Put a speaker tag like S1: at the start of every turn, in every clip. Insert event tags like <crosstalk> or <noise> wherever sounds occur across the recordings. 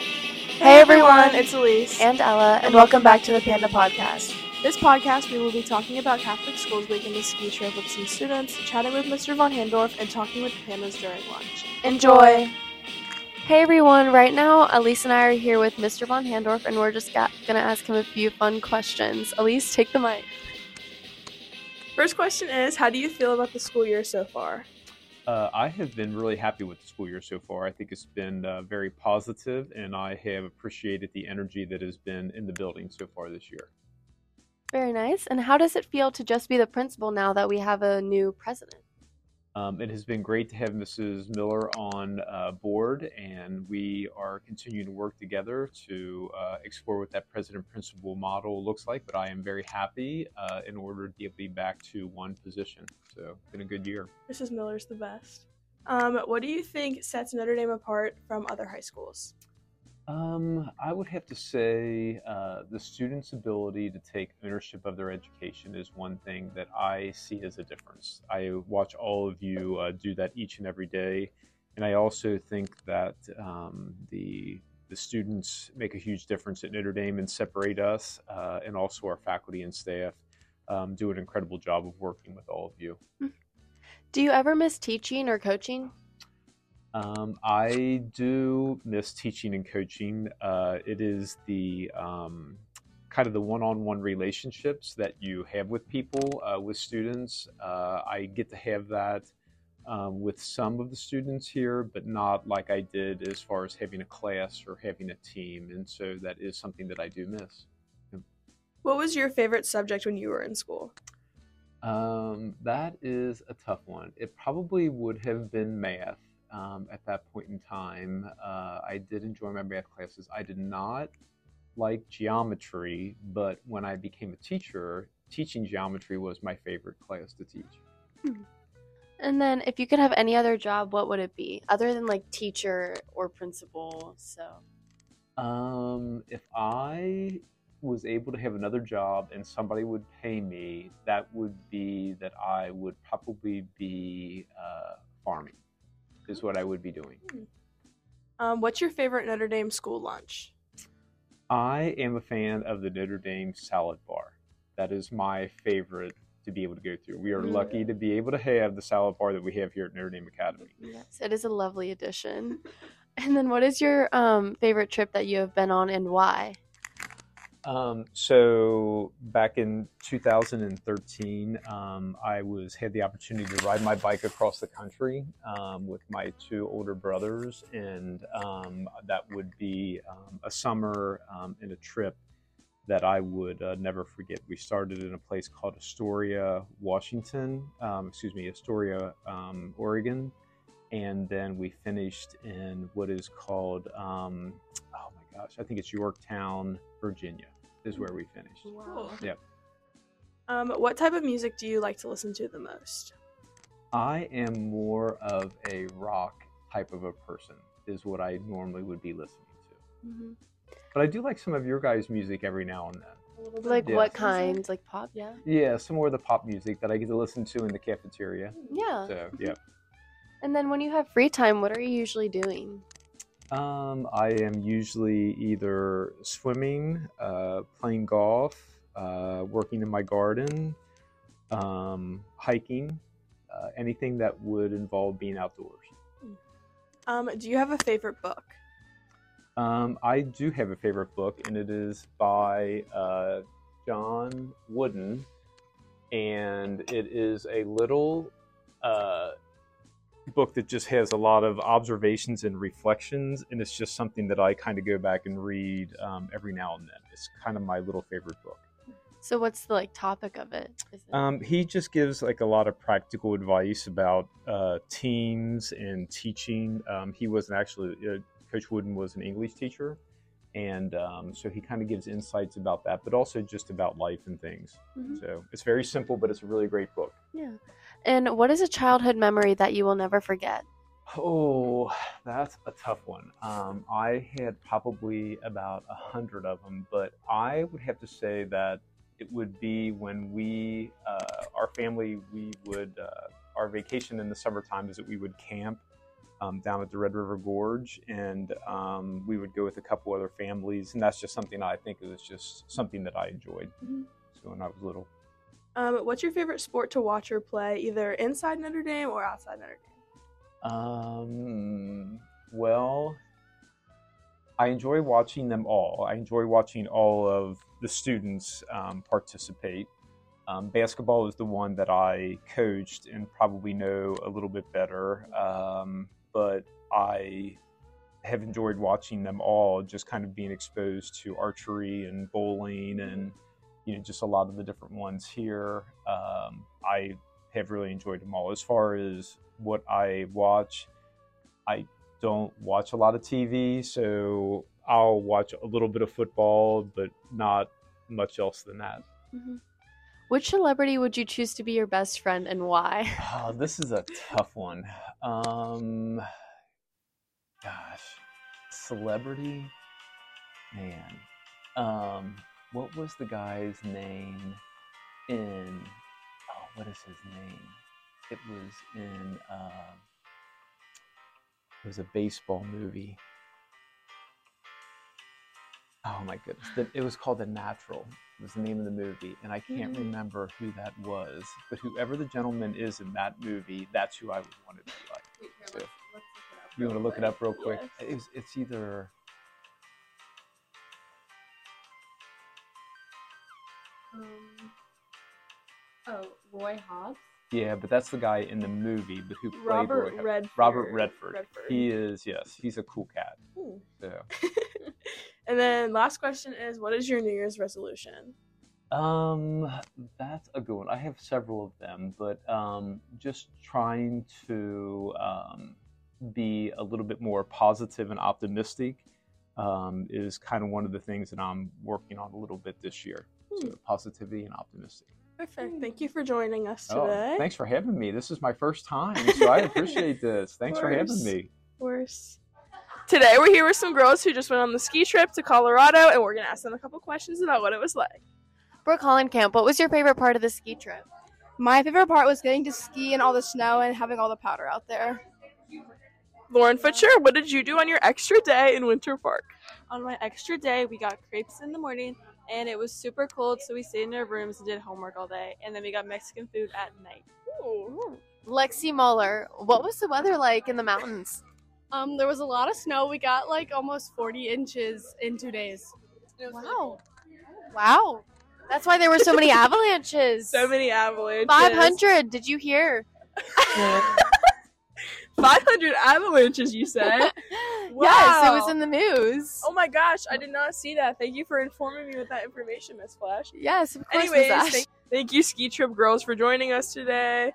S1: Hey everyone, it's Elise.
S2: and Ella, and welcome back to the Panda Podcast.
S1: This podcast, we will be talking about Catholic Schools Week in the ski trip with some students, chatting with Mr. Von Handorf, and talking with the pandas during lunch.
S2: Enjoy. Hey everyone, right now Elise and I are here with Mr. Von Handorf, and we're just ga- gonna ask him a few fun questions. Elise, take the mic.
S1: First question is How do you feel about the school year so far?
S3: Uh, I have been really happy with the school year so far. I think it's been uh, very positive, and I have appreciated the energy that has been in the building so far this year.
S2: Very nice. And how does it feel to just be the principal now that we have a new president?
S3: Um, it has been great to have Mrs. Miller on uh, board, and we are continuing to work together to uh, explore what that president principal model looks like. But I am very happy uh, in order to be back to one position. So, it's been a good year.
S1: Mrs. Miller's the best. Um, what do you think sets Notre Dame apart from other high schools?
S3: Um, I would have to say uh, the students' ability to take ownership of their education is one thing that I see as a difference. I watch all of you uh, do that each and every day, and I also think that um, the the students make a huge difference at Notre Dame and separate us, uh, and also our faculty and staff um, do an incredible job of working with all of you.
S2: Do you ever miss teaching or coaching?
S3: Um, I do miss teaching and coaching. Uh, it is the um, kind of the one-on-one relationships that you have with people, uh, with students. Uh, I get to have that um, with some of the students here, but not like I did as far as having a class or having a team. And so that is something that I do miss.
S1: What was your favorite subject when you were in school?
S3: Um, that is a tough one. It probably would have been math um, at that point in time. Uh, I did enjoy my math classes. I did not like geometry, but when I became a teacher, teaching geometry was my favorite class to teach.
S2: And then if you could have any other job, what would it be other than like teacher or principal? So,
S3: Um, if I was able to have another job and somebody would pay me, that would be that I would probably be uh, farming, is what I would be doing.
S1: Um, what's your favorite Notre Dame school lunch?
S3: I am a fan of the Notre Dame salad bar. That is my favorite to be able to go through. We are
S2: Mm.
S3: lucky to be able to have the salad bar that we have here at Notre Dame Academy.
S2: yes, it is a lovely addition. <laughs> And then, what is your um, favorite trip that you have been on and why?
S3: Um, so back in 2013, um, I was had the opportunity to ride my bike across the country um, with my two older brothers, and um, that would be um, a summer um, and a trip that I would uh, never forget. We started in a place called Astoria, Washington, um, excuse me, Astoria, um, Oregon, and then we finished in what is called, um, oh my gosh, I think it's Yorktown, Virginia, is where we finished.
S1: Wow.
S3: Yeah.
S1: Um, what type of music do you like to listen to the most?
S3: I am more of a rock type of a person, is what I normally would be listening to.
S2: Mm-hmm.
S3: But I do like some of your guys' music every now and then.
S2: Like
S3: Yeah.
S2: what kind? Like pop? Yeah.
S3: Yeah, some more of the pop music that I get to listen to in the cafeteria.
S2: Yeah.
S3: So, yeah.
S2: And then when you have free time, what are you usually doing?
S3: Um, I am usually either swimming, uh, playing golf, uh, working in my garden, um, hiking, uh, anything that would involve being outdoors.
S1: Um, do you have a favorite book?
S3: Um, I do have a favorite book, and it is by uh, John Wooden, and it is a little uh, book that just has a lot of observations and reflections, and it's just something that I kind of go back and read um, every now and then. It's kind of my little favorite book.
S2: So what's the like topic of it? Is it
S3: Um, he just gives like a lot of practical advice about uh, teams and teaching. Um, he was an actually uh, Coach Wooden was an English teacher, and um, so he kind of gives insights about that, but also just about life and things.
S2: Mhm.
S3: So it's very simple, but it's a really great book.
S2: yeah. And what is a childhood memory that you will never forget?
S3: Oh, that's a tough one. Um, I had probably about a hundred of them, but I would have to say that it would be when we, uh, our family, we would, uh, our vacation in the summertime is that we would camp um, down at the Red River Gorge, and um, we would go with a couple other families, and that's just something I think it was just something that I enjoyed.
S1: Mhm.
S3: So when I was little,
S1: Um, what's your favorite sport to watch or play, either inside Notre Dame or outside Notre Dame?
S3: um, well, I enjoy watching them all. I enjoy watching all of the students um, participate. Um, basketball is the one that I coached and probably know a little bit better, um, but I have enjoyed watching them all, just kind of being exposed to archery and bowling and you know just a lot of the different ones here. Um, I have really enjoyed them all. As far as what I watch, I don't watch a lot of TV, so I'll watch a little bit of football, but not much else than that.
S2: Which celebrity would you choose to be your best friend and why? <laughs>
S3: Oh, this is a tough one. Um, gosh, celebrity, man. Um, what was the guy's name in? Oh, what is his name? It was in. Uh, it was a baseball movie. Oh my goodness! The- It was called The Natural. Was the name of the movie, and I can't
S1: Mm.
S3: remember who that was. But whoever the gentleman is in that movie, that's who I would want to be like. let's- Yeah. You want to look it up real quick? It was, it's either.
S4: Um, oh, Roy Hobbs.
S3: Yeah, but that's the guy in the movie, but who played
S1: Robert
S3: Roy Hudson.
S1: Redford.
S3: Robert Redford.
S1: Redford.
S3: He is, yes, he's a cool cat.
S1: Ooh. <laughs>
S3: So,
S1: and then last question is, what is your New Year's resolution?
S3: um, that's a good one. I have several of them, but um, just trying to um, be a little bit more positive and optimistic um, is kind of one of the things that I'm working on a little bit this year.
S1: Hmm.
S3: So, positivity and optimistic.
S1: Perfect. Thank you for joining us today.
S3: Oh, thanks for having me. This is my first time, so I
S1: <laughs>
S3: appreciate this. Thanks for having
S1: course.
S3: me.
S1: course. Today we're here with some girls who just went on the ski trip to Colorado, and we're gonna ask them a couple questions about what it was like.
S2: Brooke Holland Camp, what was your favorite part of the ski trip?
S5: My favorite part was getting to ski in all the snow and having all the powder out there.
S1: Lauren Futcher, what did you do on your extra day in Winter Park?
S6: on my extra day, we got crepes in the morning, and it was super cold, so we stayed in our rooms and did homework all day, and then we got Mexican food at night.
S2: Lexi Muller, what was the weather like in the mountains?
S5: Um, there was a lot of snow. We got like almost 40 inches in two days.
S2: Wow. Wow. That's why there were so
S3: <laughs>
S2: many avalanches.
S1: So many avalanches.
S2: 500, did you hear?
S1: 500 avalanches,
S6: <laughs>
S1: you said?
S2: Yes, it
S1: Wow.
S2: was in the news.
S1: oh my gosh, I did not see that. Thank you for informing me with that information, Miss Flash.
S2: Yes, of course, Miss
S1: Anyways,
S2: Ash.
S1: thank, thank you, Ski Trip Girls, for joining us today.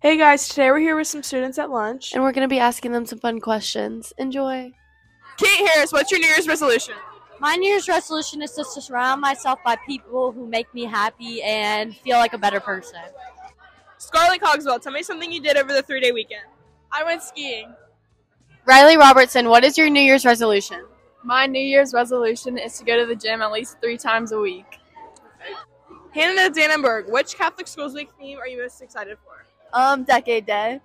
S1: Hey guys, today we're here with some students at lunch.
S2: And we're going to be asking them some fun questions. Enjoy.
S1: Kate Harris, what's your New Year's resolution?
S7: My New Year's resolution is to surround myself by people who make me happy and feel like a better person.
S1: Scarlett Cogswell, tell me something you did over the three day weekend.
S6: I went skiing.
S2: Riley Robertson, what is your New Year's resolution?
S6: My New Year's resolution is to go to the gym at least three times a week.
S1: Hannah Dannenberg, which Catholic Schools Week theme are you most excited for?
S7: Um, Decade Day.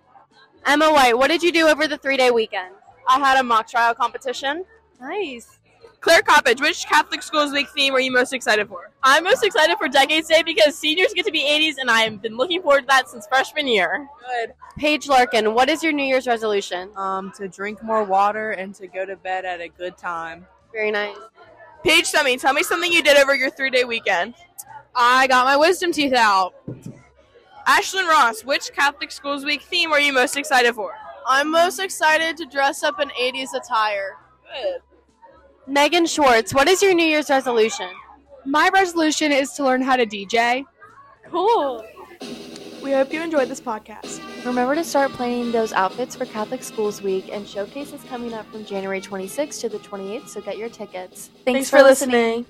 S2: Emma White, what did you do over the three day weekend?
S6: I had a mock trial competition.
S7: Nice.
S1: Claire Coppage, which Catholic Schools Week theme are you most excited for?
S6: I'm most excited for Decades Day because seniors get to be 80s, and I've been looking forward to that since freshman year.
S1: Good.
S2: Paige Larkin, what is your New Year's resolution?
S8: um, to drink more water and to go to bed at a good time.
S2: Very nice.
S1: Paige Summey, tell me something you did over your three day weekend.
S8: I got my wisdom teeth out.
S1: Ashlyn Ross, which Catholic Schools Week theme are you most excited for?
S8: I'm most excited to dress up in 80s attire.
S2: Megan Schwartz, what is your New Year's resolution?
S5: My resolution is to learn how to DJ.
S6: Cool.
S1: We hope you enjoyed this podcast.
S2: Remember to start planning those outfits for Catholic Schools Week and showcases coming up from January 26th to the 28th, so get your tickets.
S1: Thanks,
S2: Thanks,
S1: for listening.